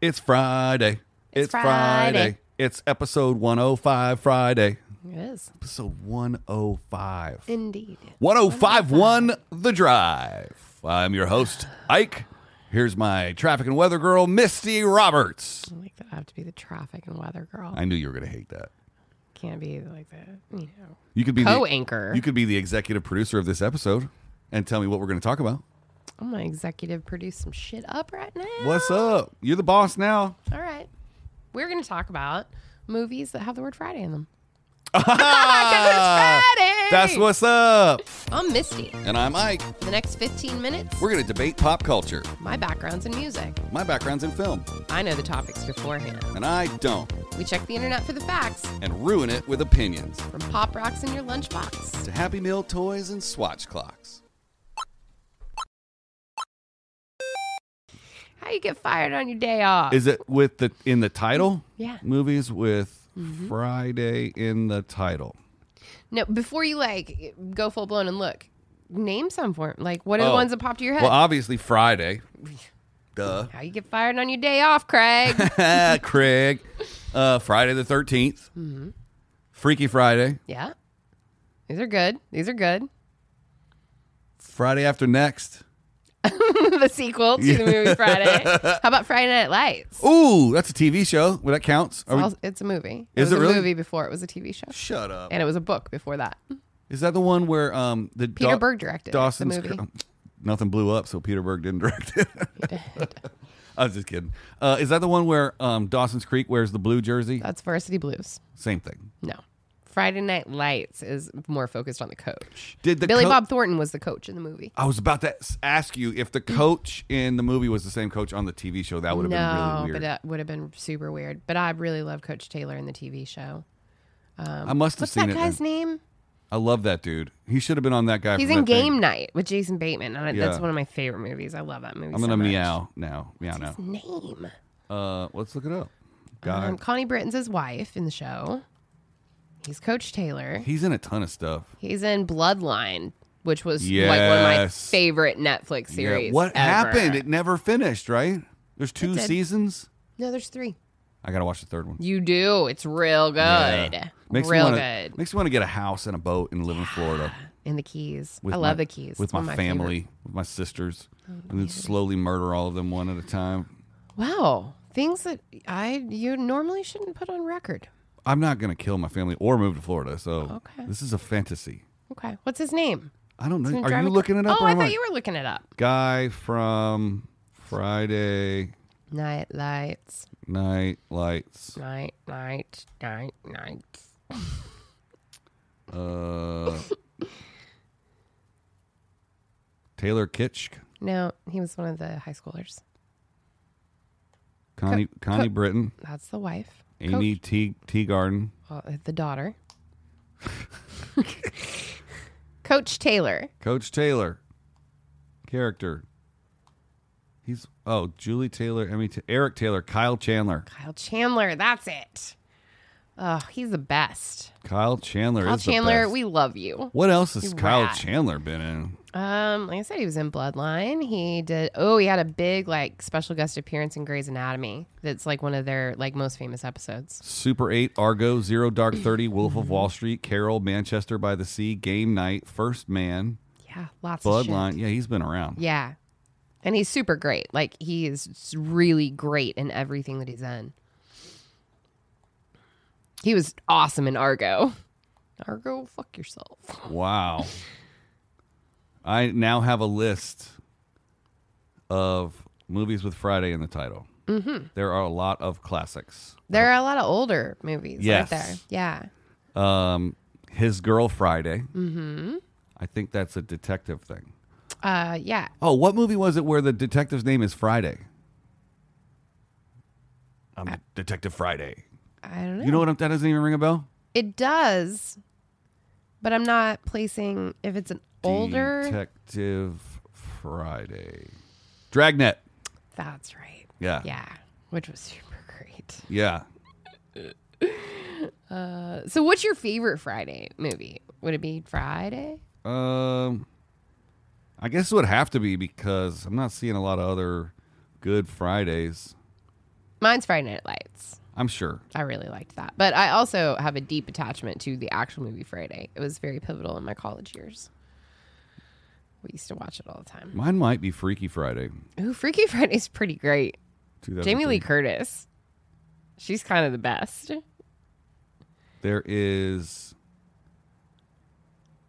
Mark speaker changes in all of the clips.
Speaker 1: It's Friday. It's, Friday.
Speaker 2: Friday.
Speaker 1: It's episode 105 Friday.
Speaker 2: It is.
Speaker 1: Episode 105.
Speaker 2: Indeed.
Speaker 1: 1051 The Drive. I'm your host, Ike. Here's my traffic and weather girl, Misty Roberts.
Speaker 2: I like that I have to be the traffic and weather girl.
Speaker 1: I knew you were going to hate that.
Speaker 2: Can't be like the, you know,
Speaker 1: You could be the-
Speaker 2: co-anchor.
Speaker 1: You could be the executive producer of this episode and tell me what we're going to talk about.
Speaker 2: I'm going to executive produce some shit up right now.
Speaker 1: What's up? You're the boss now.
Speaker 2: All right. We're going to talk about movies that have the word Friday in them. 'Cause it's Friday!
Speaker 1: That's what's up.
Speaker 2: I'm Misty.
Speaker 1: And I'm Ike.
Speaker 2: The next 15 minutes,
Speaker 1: We're going to debate pop culture.
Speaker 2: my background's in music.
Speaker 1: My background's in film,
Speaker 2: I know the topics beforehand.
Speaker 1: and I don't,
Speaker 2: We check the internet for the facts
Speaker 1: and ruin it with opinions.
Speaker 2: from pop rocks in your lunchbox.
Speaker 1: To Happy Meal toys and swatch clocks.
Speaker 2: How you get fired on your day off?
Speaker 1: Is it with the in the title?
Speaker 2: Yeah. Mm-hmm.
Speaker 1: Movies with Friday in the title.
Speaker 2: No, before you like go full blown and look, name some for like what are the
Speaker 1: Oh.
Speaker 2: ones that pop to your head?
Speaker 1: Well, obviously Friday. Duh.
Speaker 2: How you get fired on your day off, Craig?
Speaker 1: Craig. Uh, Friday the 13th.
Speaker 2: Mm-hmm.
Speaker 1: Freaky Friday.
Speaker 2: yeah, these are good. These are good.
Speaker 1: Friday after next.
Speaker 2: the sequel to the movie Friday. How about Friday Night Lights?
Speaker 1: Ooh, that's a TV show. Well, that counts. Are we-
Speaker 2: Well, it's a movie.
Speaker 1: Is
Speaker 2: was
Speaker 1: it
Speaker 2: a
Speaker 1: really?
Speaker 2: movie before it was a TV show,
Speaker 1: Shut up.
Speaker 2: and it was a book before that.
Speaker 1: Is that the one where um the
Speaker 2: Peter Berg directed it, the
Speaker 1: Dawson's
Speaker 2: movie.
Speaker 1: Cre- nothing blew up, so Peter Berg didn't direct it. I was just kidding. Uh, is that the one where um, Dawson's Creek wears the blue jersey?
Speaker 2: That's Varsity Blues.
Speaker 1: Same thing.
Speaker 2: No. Friday Night Lights is more focused on the coach.
Speaker 1: Did the
Speaker 2: Billy
Speaker 1: co-
Speaker 2: Bob Thornton was the coach in the movie?
Speaker 1: I was about to s- ask you if the coach in the movie was the same coach on the TV show. That would have been really weird.
Speaker 2: but that would have been super weird. But I really love Coach Taylor in the TV show.
Speaker 1: I must have
Speaker 2: um, What's
Speaker 1: seen
Speaker 2: that
Speaker 1: it.
Speaker 2: guy's
Speaker 1: then.
Speaker 2: name?
Speaker 1: I love that dude. He should have been on that guy.
Speaker 2: He's
Speaker 1: from
Speaker 2: in
Speaker 1: that thing.
Speaker 2: Game Night with Jason Bateman. And I- That's
Speaker 1: Yeah.
Speaker 2: one of my favorite movies. I love that movie.
Speaker 1: I'm
Speaker 2: so
Speaker 1: gonna
Speaker 2: much.
Speaker 1: meow now. Meow now.
Speaker 2: His name.
Speaker 1: Uh, let's look it up. God,
Speaker 2: Um, Connie Britton's his wife in the show. He's Coach Taylor.
Speaker 1: he's in a ton of stuff.
Speaker 2: He's in Bloodline, which was like one of my
Speaker 1: Yes.
Speaker 2: favorite Netflix series.
Speaker 1: what
Speaker 2: ever.
Speaker 1: happened? It never finished, right? There's two
Speaker 2: did.
Speaker 1: seasons.
Speaker 2: no, there's three.
Speaker 1: I gotta watch the third one.
Speaker 2: You do. It's real good.
Speaker 1: Yeah. Makes
Speaker 2: real
Speaker 1: me wanna,
Speaker 2: good.
Speaker 1: Makes me want to get a house and a boat and live in Florida.
Speaker 2: In the Keys.
Speaker 1: with
Speaker 2: I love
Speaker 1: my-
Speaker 2: the Keys.
Speaker 1: with
Speaker 2: It's one
Speaker 1: my
Speaker 2: of favorite- Oh,
Speaker 1: family, with my sisters, and then slowly murder all of them one at a time.
Speaker 2: Wow. Things that I you normally shouldn't put on record.
Speaker 1: I'm not gonna kill my family or move to Florida, so
Speaker 2: Okay.
Speaker 1: this is a fantasy.
Speaker 2: Okay. What's his name?
Speaker 1: I don't
Speaker 2: It's
Speaker 1: know.
Speaker 2: gonna
Speaker 1: Are
Speaker 2: drive
Speaker 1: you
Speaker 2: me cra-
Speaker 1: looking it up?
Speaker 2: Oh,
Speaker 1: or
Speaker 2: I
Speaker 1: what?
Speaker 2: thought you were looking it up.
Speaker 1: Guy from Friday
Speaker 2: Night lights,
Speaker 1: Night Lights.
Speaker 2: night, night, night, night.
Speaker 1: Uh, Taylor Kitsch,
Speaker 2: No, he was one of the high schoolers.
Speaker 1: Connie Connie Britton,
Speaker 2: That's the wife.
Speaker 1: Amy T Teagarden.
Speaker 2: Coach- well, the daughter. Coach Taylor.
Speaker 1: Coach Taylor. Character. He's oh Julie Taylor, Emmy, Ta- Eric Taylor, Kyle Chandler.
Speaker 2: Kyle Chandler. That's it. Oh, he's the best.
Speaker 1: Kyle Chandler
Speaker 2: Kyle
Speaker 1: is the
Speaker 2: Chandler,
Speaker 1: best.
Speaker 2: we love you.
Speaker 1: what else has Kyle
Speaker 2: rat.
Speaker 1: Chandler been in?
Speaker 2: Um, like I said, he was in Bloodline. He did. Oh, he had a big like special guest appearance in Grey's Anatomy. That's like one of their like most famous episodes.
Speaker 1: Super 8, Argo, Zero Dark 30, Wolf of Wall Street, Carol, Manchester by the Sea, Game Night, First Man,
Speaker 2: Yeah, lots of
Speaker 1: Bloodline.
Speaker 2: shit.
Speaker 1: Yeah, he's been around.
Speaker 2: Yeah, and he's super great. Like he is s- really great in everything that he's in. He was awesome in Argo. Argo, fuck yourself.
Speaker 1: Wow. I now have a list of movies with Friday in the title. Mm-hmm. There are a lot of classics.
Speaker 2: There are a lot of older movies
Speaker 1: Yes.
Speaker 2: out there. Yeah.
Speaker 1: Um, his girl Friday. Mm-hmm. I think that's a detective thing.
Speaker 2: Uh, yeah.
Speaker 1: Oh, what movie was it where the detective's name is Friday? I'm Um, Detective Friday.
Speaker 2: I don't know.
Speaker 1: You know what? I'm, that doesn't even ring a bell.
Speaker 2: It does, but I'm not placing if it's an older.
Speaker 1: Detective Friday. Dragnet.
Speaker 2: that's right.
Speaker 1: Yeah.
Speaker 2: Yeah, which was super great.
Speaker 1: Yeah.
Speaker 2: Uh, so, what's your favorite Friday movie? Would it be Friday?
Speaker 1: Um, I guess it would have to be because I'm not seeing a lot of other good Fridays.
Speaker 2: Mine's Friday Night Lights.
Speaker 1: I'm sure.
Speaker 2: I really liked that. But I also have a deep attachment to the actual movie Friday. It was very pivotal in my college years. We used to watch it all the time.
Speaker 1: Mine might be Freaky Friday.
Speaker 2: Ooh, Freaky Friday's pretty great.
Speaker 1: 2003.
Speaker 2: Jamie Lee Curtis. She's kind of the best.
Speaker 1: There is.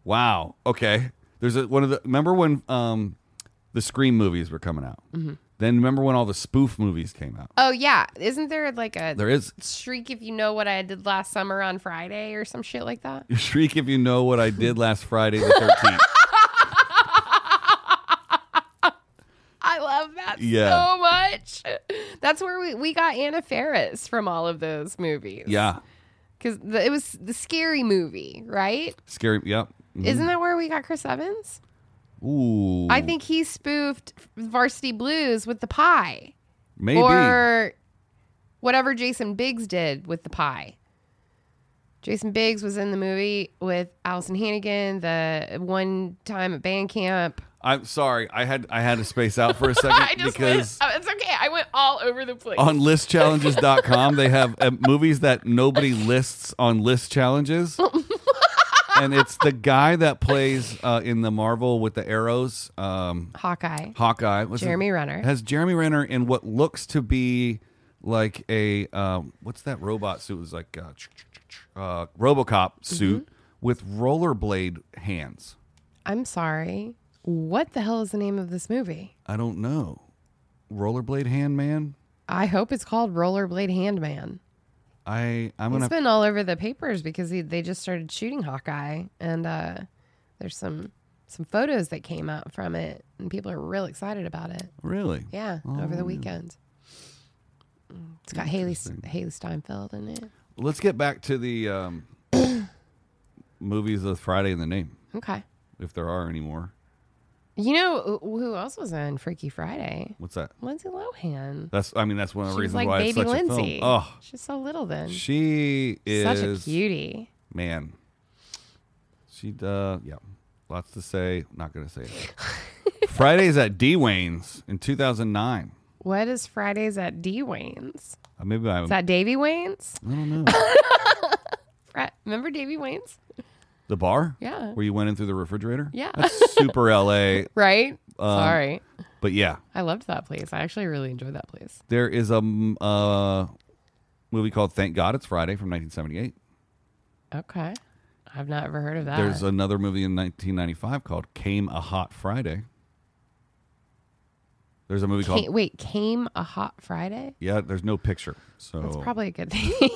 Speaker 1: Wow. Okay. There's a, one of the. Remember when um, the Scream movies were coming out? Mm-hmm. Then remember when all the spoof movies came out?
Speaker 2: Oh yeah, isn't there like a
Speaker 1: There is
Speaker 2: shriek if you know what I did last summer on Friday or some shit like that?
Speaker 1: Shriek if you know what I did last Friday the 13th.
Speaker 2: I love that
Speaker 1: Yeah.
Speaker 2: so much. That's where we, we got Anna Faris from all of those movies.
Speaker 1: yeah.
Speaker 2: Because it was the scary movie, right?
Speaker 1: Scary. Yep. Mhm.
Speaker 2: Isn't that where we got Chris Evans?
Speaker 1: Ooh.
Speaker 2: I think he spoofed Varsity Blues with the pie.
Speaker 1: maybe.
Speaker 2: Or whatever Jason Biggs did with the pie. Jason Biggs was in the movie with Allison Hannigan the one time at band camp.
Speaker 1: I'm sorry. I had I had to space out for a second
Speaker 2: I just
Speaker 1: because
Speaker 2: went, oh, it's okay. I went all over the place.
Speaker 1: on listchallenges.com they have uh, movies that nobody lists on list challenges. and it's the guy that plays uh, in the Marvel with the arrows, um,
Speaker 2: Hawkeye.
Speaker 1: Hawkeye. What's his-
Speaker 2: Jeremy Renner.
Speaker 1: Has Jeremy Renner in what looks to be like a um, what's that robot suit? It was like a, ch- ch- ch- uh, RoboCop suit
Speaker 2: Mm-hmm.
Speaker 1: with rollerblade hands.
Speaker 2: I'm sorry. What the hell is the name of this movie?
Speaker 1: I don't know. Rollerblade hand man.
Speaker 2: I hope it's called Rollerblade Handman.
Speaker 1: I I'm
Speaker 2: He's
Speaker 1: gonna
Speaker 2: been all over the papers because he, they just started shooting Hawkeye, and uh, there's some some photos that came out from it, and people are real excited about it.
Speaker 1: really.
Speaker 2: Yeah, over
Speaker 1: Oh.
Speaker 2: the weekend. It's got Haley Haley Steinfeld in it.
Speaker 1: Let's get back to the um, movies with Friday in the name,
Speaker 2: Okay.
Speaker 1: if there are any more.
Speaker 2: You know who- who else was in Freaky Friday?
Speaker 1: What's that?
Speaker 2: Lindsay Lohan.
Speaker 1: That's I mean that's one of the
Speaker 2: She's
Speaker 1: reasons
Speaker 2: like
Speaker 1: why it's
Speaker 2: baby
Speaker 1: such
Speaker 2: Lindsay.
Speaker 1: a film. Oh,
Speaker 2: She's so little then.
Speaker 1: she is
Speaker 2: Such a cutie.
Speaker 1: man. She uh yeah. Lots to say. Not gonna say it. Fridays at D Wayne's in two thousand nine. Uh,
Speaker 2: What is Fridays at D Wayne's?
Speaker 1: Maybe I,
Speaker 2: Is that Davy Wayne's?
Speaker 1: I don't know.
Speaker 2: Fre- Remember Davy Wayne's?
Speaker 1: the bar?
Speaker 2: Yeah.
Speaker 1: Where you went in through the refrigerator?
Speaker 2: Yeah.
Speaker 1: That's super LA.
Speaker 2: Right?
Speaker 1: Uh,
Speaker 2: Sorry.
Speaker 1: But yeah.
Speaker 2: I loved that place. I actually really enjoyed that place.
Speaker 1: There is a mm, uh, movie called Thank God It's Friday from nineteen seventy eight.
Speaker 2: Okay. I've not ever heard of that.
Speaker 1: There's another movie in 1995 called Came a Hot Friday. There's a movie
Speaker 2: Ca-
Speaker 1: called
Speaker 2: wait, came a hot Friday?
Speaker 1: Yeah, there's no picture. So
Speaker 2: That's probably a good thing.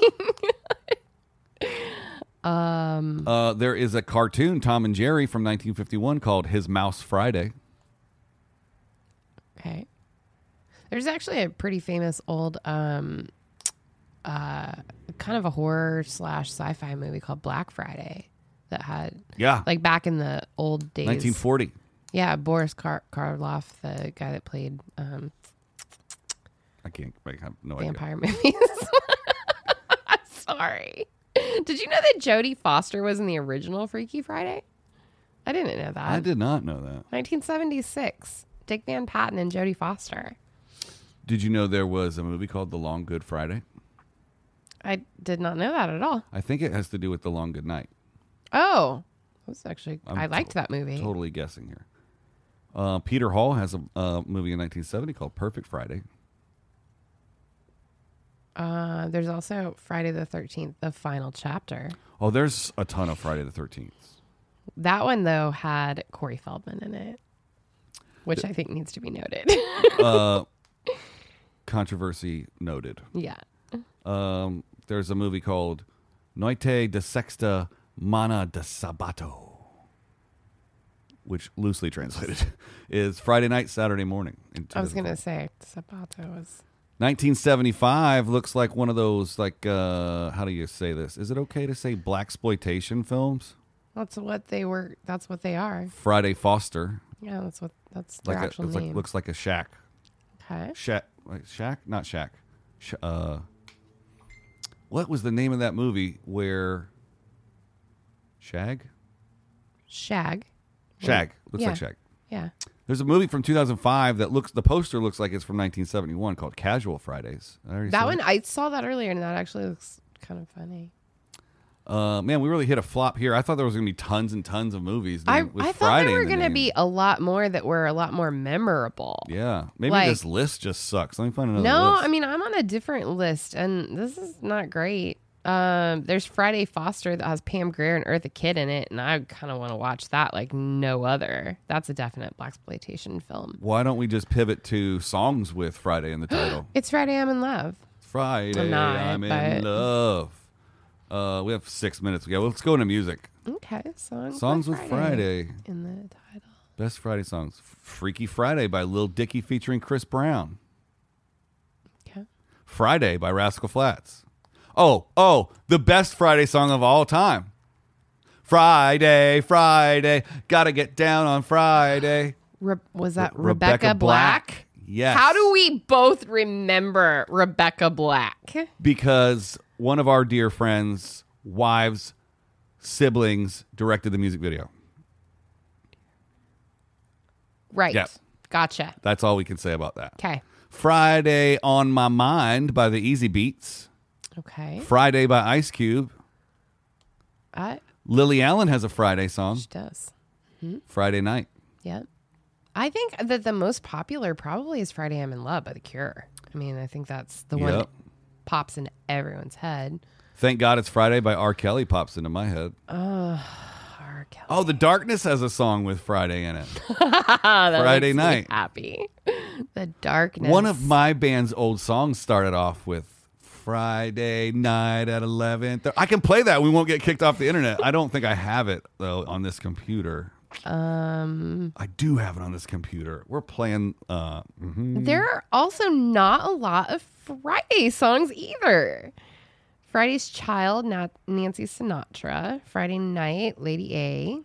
Speaker 1: uh, there is a cartoon Tom and Jerry from 1951 called His Mouse Friday.
Speaker 2: okay. There's actually a pretty famous old um uh kind of a horror slash sci-fi movie called Black Friday that had
Speaker 1: Yeah.
Speaker 2: like back in the old days
Speaker 1: 1940.
Speaker 2: Yeah, Boris Kar- Karloff, the guy that played um,
Speaker 1: I can't I have no idea.
Speaker 2: vampire movies. I'm sorry. Did you know that Jodie Foster was in the original Freaky Friday? I didn't know that.
Speaker 1: I did not know that.
Speaker 2: 1976. Dick Van Patten and Jodie Foster.
Speaker 1: Did you know there was a movie called The Long Good Friday?
Speaker 2: I did not know that at all.
Speaker 1: I think it has to do with The Long Good Night.
Speaker 2: Oh, that was actually
Speaker 1: I'm
Speaker 2: I liked that movie.
Speaker 1: Totally guessing here. Uh, Peter Hall has a uh, movie in 1970 called Perfect Friday.
Speaker 2: Uh, there's also Friday the 13th, the final chapter.
Speaker 1: Oh, there's a ton of Friday the 13th.
Speaker 2: That one though had Corey Feldman in it, which I think needs to be noted.
Speaker 1: uh, controversy noted.
Speaker 2: yeah.
Speaker 1: Um, there's a movie called Noite de Sexta, Mana de Sabato, which loosely translated is Friday night, Saturday morning. in
Speaker 2: I was
Speaker 1: 2004.
Speaker 2: gonna say Sabato was
Speaker 1: 1975 looks like one of those like uh, how do you say this? Is it okay to say black exploitation films?
Speaker 2: that's what they were that's what they are.
Speaker 1: Friday Foster,
Speaker 2: Yeah, that's what that's their
Speaker 1: like a, it's
Speaker 2: actual
Speaker 1: like
Speaker 2: name.
Speaker 1: looks like a shack,
Speaker 2: okay.
Speaker 1: shack, like shack, not shack. Sh- uh, what was the name of that movie where Shag?
Speaker 2: Shag.
Speaker 1: Shag. Looks
Speaker 2: Yeah.
Speaker 1: like Shag.
Speaker 2: Yeah.
Speaker 1: There's a movie from 2005 that looks the poster looks like it's from 1971 called Casual Fridays. I already
Speaker 2: That
Speaker 1: said
Speaker 2: one I saw that earlier, and that actually looks kind of funny.
Speaker 1: Uh, man, we really hit a flop here. I thought there was going to be tons and tons of movies.
Speaker 2: I,
Speaker 1: with
Speaker 2: I thought
Speaker 1: Friday in
Speaker 2: there were
Speaker 1: the
Speaker 2: going to
Speaker 1: name.
Speaker 2: be a lot more that were a lot more memorable.
Speaker 1: Yeah, maybe
Speaker 2: like-
Speaker 1: this list just sucks. Let me find another.
Speaker 2: No,
Speaker 1: list.
Speaker 2: I mean I'm on a different list, and this is not great. Um, there's Friday Foster that has Pam Grier and Eartha Kitt in it, and I kind of want to watch that like no other. That's a definite black exploitation film.
Speaker 1: why don't we just pivot to songs with Friday in the title?
Speaker 2: It's Friday I'm in Love.
Speaker 1: Friday, I'm,
Speaker 2: I'm not,
Speaker 1: in
Speaker 2: but-
Speaker 1: love. Uh, we have six minutes to go. Let's go into music.
Speaker 2: Okay, songs.
Speaker 1: Songs
Speaker 2: with
Speaker 1: with Friday.
Speaker 2: in the title.
Speaker 1: Best Friday songs. Freaky Friday by Lil Dicky featuring Chris Brown.
Speaker 2: Okay.
Speaker 1: Friday by Rascal Flats. Oh, oh, the best Friday song of all time. Friday, Friday, gotta get down on Friday.
Speaker 2: Re- was that
Speaker 1: Re-
Speaker 2: Rebecca,
Speaker 1: Rebecca
Speaker 2: Black?
Speaker 1: Black. Yes.
Speaker 2: How do we both remember Rebecca Black?
Speaker 1: Because one of our dear friends, wives, siblings directed the music video.
Speaker 2: Right.
Speaker 1: Yep.
Speaker 2: Gotcha.
Speaker 1: That's all we can say about that.
Speaker 2: Okay.
Speaker 1: Friday on My Mind by the Easy Beats.
Speaker 2: Okay.
Speaker 1: Friday by Ice Cube.
Speaker 2: I,
Speaker 1: Lily Allen has a Friday song,
Speaker 2: she does.
Speaker 1: Friday Night.
Speaker 2: Yep. I think that the most popular probably is Friday I'm in Love by The Cure. I mean, I think that's the one that
Speaker 1: Yep.
Speaker 2: pops into everyone's head.
Speaker 1: Thank God It's Friday by R. Kelly pops into my head.
Speaker 2: R. Kelly.
Speaker 1: Oh, The Darkness has a song with Friday in it.
Speaker 2: Oh, That
Speaker 1: Friday
Speaker 2: makes me
Speaker 1: night.
Speaker 2: happy. the darkness.
Speaker 1: One of my band's old songs started off with Friday night at 11. I can play that. We won't get kicked off the internet. I don't think I have it, though, on this computer. Um, I do have it on this computer. We're playing. Uh, mhm.
Speaker 2: There are also not a lot of Friday songs either. Friday's Child, Na- Nancy Sinatra. Friday Night, Lady A.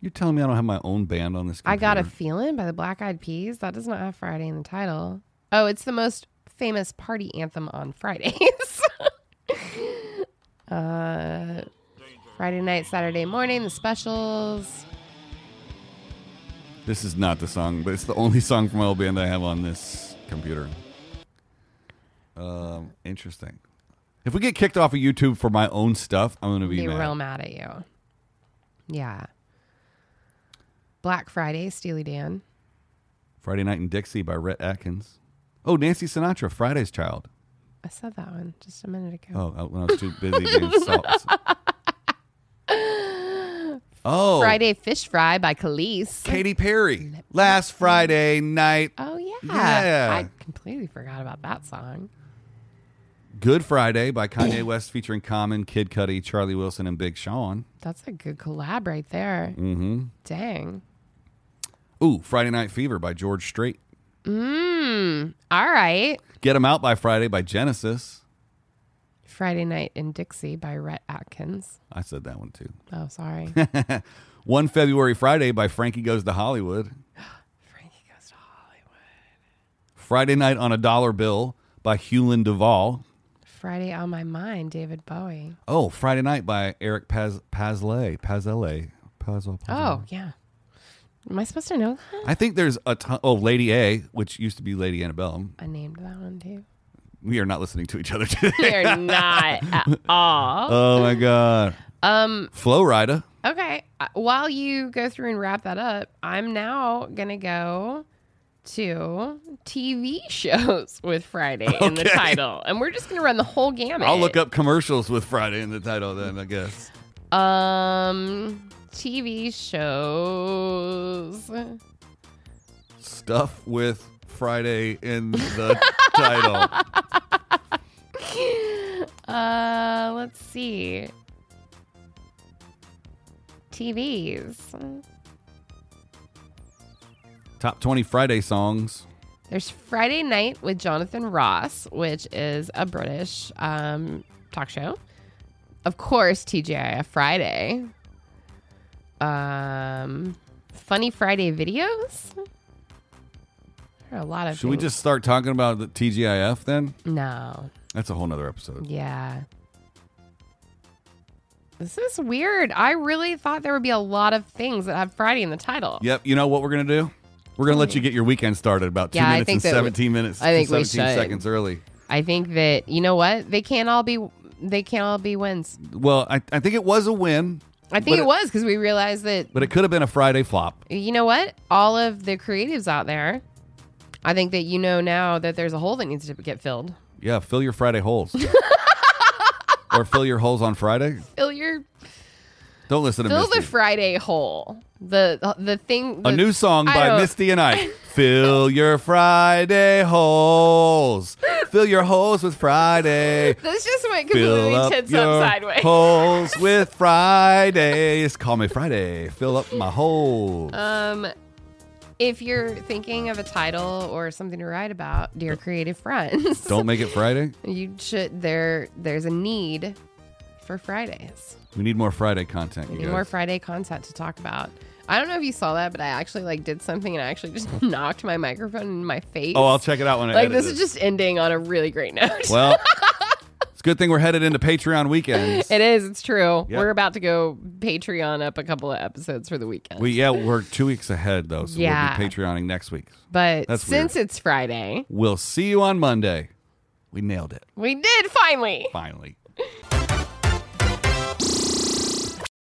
Speaker 1: You're telling me I don't have my own band on this computer?
Speaker 2: I Got a Feeling by the Black Eyed Peas. That does not have Friday in the title. Oh, it's the most famous party anthem on Fridays. uh, Friday night, Saturday morning, the specials.
Speaker 1: This is not the song, but it's the only song from my old band I have on this computer. Um, interesting. If we get kicked off of YouTube for my own stuff, I'm gonna be
Speaker 2: Be
Speaker 1: mad.
Speaker 2: real mad at you. Yeah. Black Friday, Steely Dan.
Speaker 1: Friday Night in Dixie by Rhett Atkins. Oh, Nancy Sinatra, Friday's Child.
Speaker 2: I said that one just a minute ago.
Speaker 1: Oh, I- when I was too busy being salts. Oh,
Speaker 2: Friday Fish Fry by Khalees.
Speaker 1: Katy Perry. Last Friday night,
Speaker 2: oh yeah.
Speaker 1: Yeah.
Speaker 2: I completely forgot about that song.
Speaker 1: Good Friday by Kanye West featuring Common, Kid Cudi, Charlie Wilson, and Big Sean.
Speaker 2: That's a good collab right there. Mm-hmm. Dang.
Speaker 1: Ooh, Friday Night Fever by George Strait.
Speaker 2: Hmm. All right.
Speaker 1: Get 'em Out by Friday by Genesis.
Speaker 2: Friday Night in Dixie by Rhett Atkins.
Speaker 1: I said that one too.
Speaker 2: Oh, sorry.
Speaker 1: One February Friday by Frankie Goes to Hollywood.
Speaker 2: Frankie goes to Hollywood.
Speaker 1: Friday Night on a Dollar Bill by Hewlin Duvall.
Speaker 2: Friday on My Mind, David Bowie.
Speaker 1: Oh, Friday Night by Eric Paz Pazlay. Pazlay. Pazl,
Speaker 2: Oh, yeah. Am I supposed to know that?
Speaker 1: I think there's a ton. Oh, Lady A, which used to be Lady Annabellum.
Speaker 2: I named that one too.
Speaker 1: We are not listening to each other today.
Speaker 2: They're not at all.
Speaker 1: oh my god. Um, Flow Rida.
Speaker 2: Okay. uh, While you go through and wrap that up, I'm now going to go to TV shows with Friday in the
Speaker 1: Okay.
Speaker 2: title. And we're just going to run the whole gamut.
Speaker 1: I'll look up commercials with Friday in the title then, I guess.
Speaker 2: Um, TV shows.
Speaker 1: Stuff with Friday in the title.
Speaker 2: Uh, let's see. TVs.
Speaker 1: Top 20 Friday songs.
Speaker 2: There's Friday Night with Jonathan Ross, which is a British um, talk show. Of course, TGIF Friday. Um, Funny Friday videos. There are a lot of.
Speaker 1: Should we
Speaker 2: things.
Speaker 1: just start talking about the TGIF then?
Speaker 2: No.
Speaker 1: That's a whole nother episode.
Speaker 2: Yeah. This is weird. I really thought there would be a lot of things that have Friday in the title.
Speaker 1: Yep. You know what we're gonna do? We're gonna let you get your weekend started about two
Speaker 2: Yeah, I
Speaker 1: minutes
Speaker 2: think
Speaker 1: and
Speaker 2: that we-
Speaker 1: seventeen minutes.
Speaker 2: I think we
Speaker 1: seventeen
Speaker 2: should.
Speaker 1: seconds early.
Speaker 2: I think that you know what they can't all be they can't all be wins.
Speaker 1: Well, I, I think it was a win,
Speaker 2: I think
Speaker 1: But
Speaker 2: it,
Speaker 1: it-
Speaker 2: was because we realized that
Speaker 1: but it could have been a Friday flop.
Speaker 2: you know what all of the creatives out there. I think that you know now that there's a hole that needs to get filled.
Speaker 1: Yeah, fill your Friday holes. or fill your holes on Friday.
Speaker 2: Fill your
Speaker 1: Don't listen to
Speaker 2: fill
Speaker 1: Misty.
Speaker 2: the Friday hole. The the thing. The,
Speaker 1: a new song
Speaker 2: I
Speaker 1: by
Speaker 2: don't-
Speaker 1: Misty and I. fill your Friday holes. Fill your holes with Friday.
Speaker 2: This just went
Speaker 1: Fill
Speaker 2: completely
Speaker 1: up
Speaker 2: tits
Speaker 1: your
Speaker 2: up sideways.
Speaker 1: holes with Fridays. Call me Friday. Fill up my holes.
Speaker 2: Um, if you're thinking of a title or something to write about, dear creative friends,
Speaker 1: Don't make it Friday.
Speaker 2: you should there. There's a need for Fridays.
Speaker 1: We need more Friday content.
Speaker 2: We
Speaker 1: You
Speaker 2: need
Speaker 1: guys.
Speaker 2: more Friday content to talk about. I don't know if you saw that, but I actually like did something and I actually just knocked my microphone in my face.
Speaker 1: oh, I'll check it out when I
Speaker 2: like
Speaker 1: edit
Speaker 2: this is just ending on a really great note.
Speaker 1: Well, it's a good thing we're headed into Patreon weekends.
Speaker 2: It is. It's true.
Speaker 1: Yeah.
Speaker 2: We're about to go Patreon up a couple of episodes for the weekend.
Speaker 1: We yeah, we're two weeks ahead though, so
Speaker 2: Yeah.
Speaker 1: we'll be Patreoning next week.
Speaker 2: but
Speaker 1: That's
Speaker 2: since it's Friday,
Speaker 1: We'll see you on Monday. We nailed it
Speaker 2: we did finally.
Speaker 1: finally.